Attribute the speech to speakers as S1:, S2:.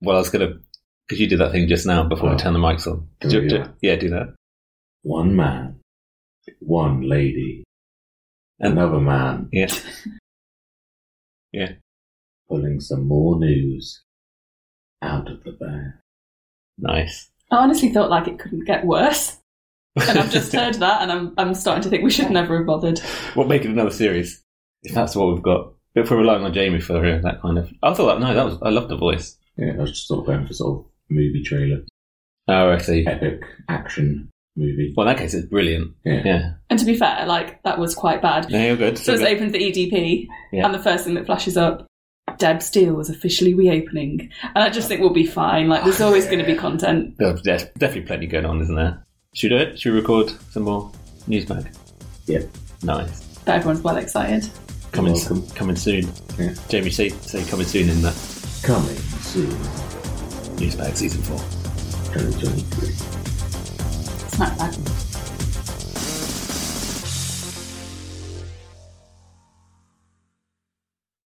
S1: Well, I was going to, because you did that thing just now before I
S2: Oh.
S1: turned the mics on. Did
S2: Oh,
S1: you,
S2: yeah.
S1: do- yeah, do that.
S2: One man, one lady,
S1: And-
S2: another man
S1: Yeah.
S2: pulling some more news out of the bear.
S1: Nice.
S3: I honestly thought like it couldn't get worse. And I've just heard that and I'm, I'm starting to think we should never have bothered.
S1: We'll make it another series if that's what we've got. If we're relying on Jamie for uh, that kind of, I thought that no, that was I loved the voice.
S2: Yeah, I was just sort of going for sort of movie trailer,
S1: Oh, I see.
S2: epic action movie.
S1: Well, in that case, it's brilliant.
S2: Yeah.
S1: Yeah,
S3: And to be fair, like that was quite bad.
S1: no, you're good.
S3: So it's
S1: You're good.
S3: opened the EDP,
S1: Yeah.
S3: E and the first thing that flashes up, Deb Steele was officially reopening. And I just think we'll be fine. Like, there's always going to be content.
S1: There's there's definitely plenty going on, isn't there? Should we do it? Should we record some more news bag?
S2: Yeah.
S1: Nice.
S3: But everyone's well excited.
S1: Coming,
S2: Welcome.
S1: coming soon.
S2: Yeah.
S1: Jamie, say say coming soon in that
S2: Coming soon,
S1: news bag season four.
S2: 2023.
S3: Smack back.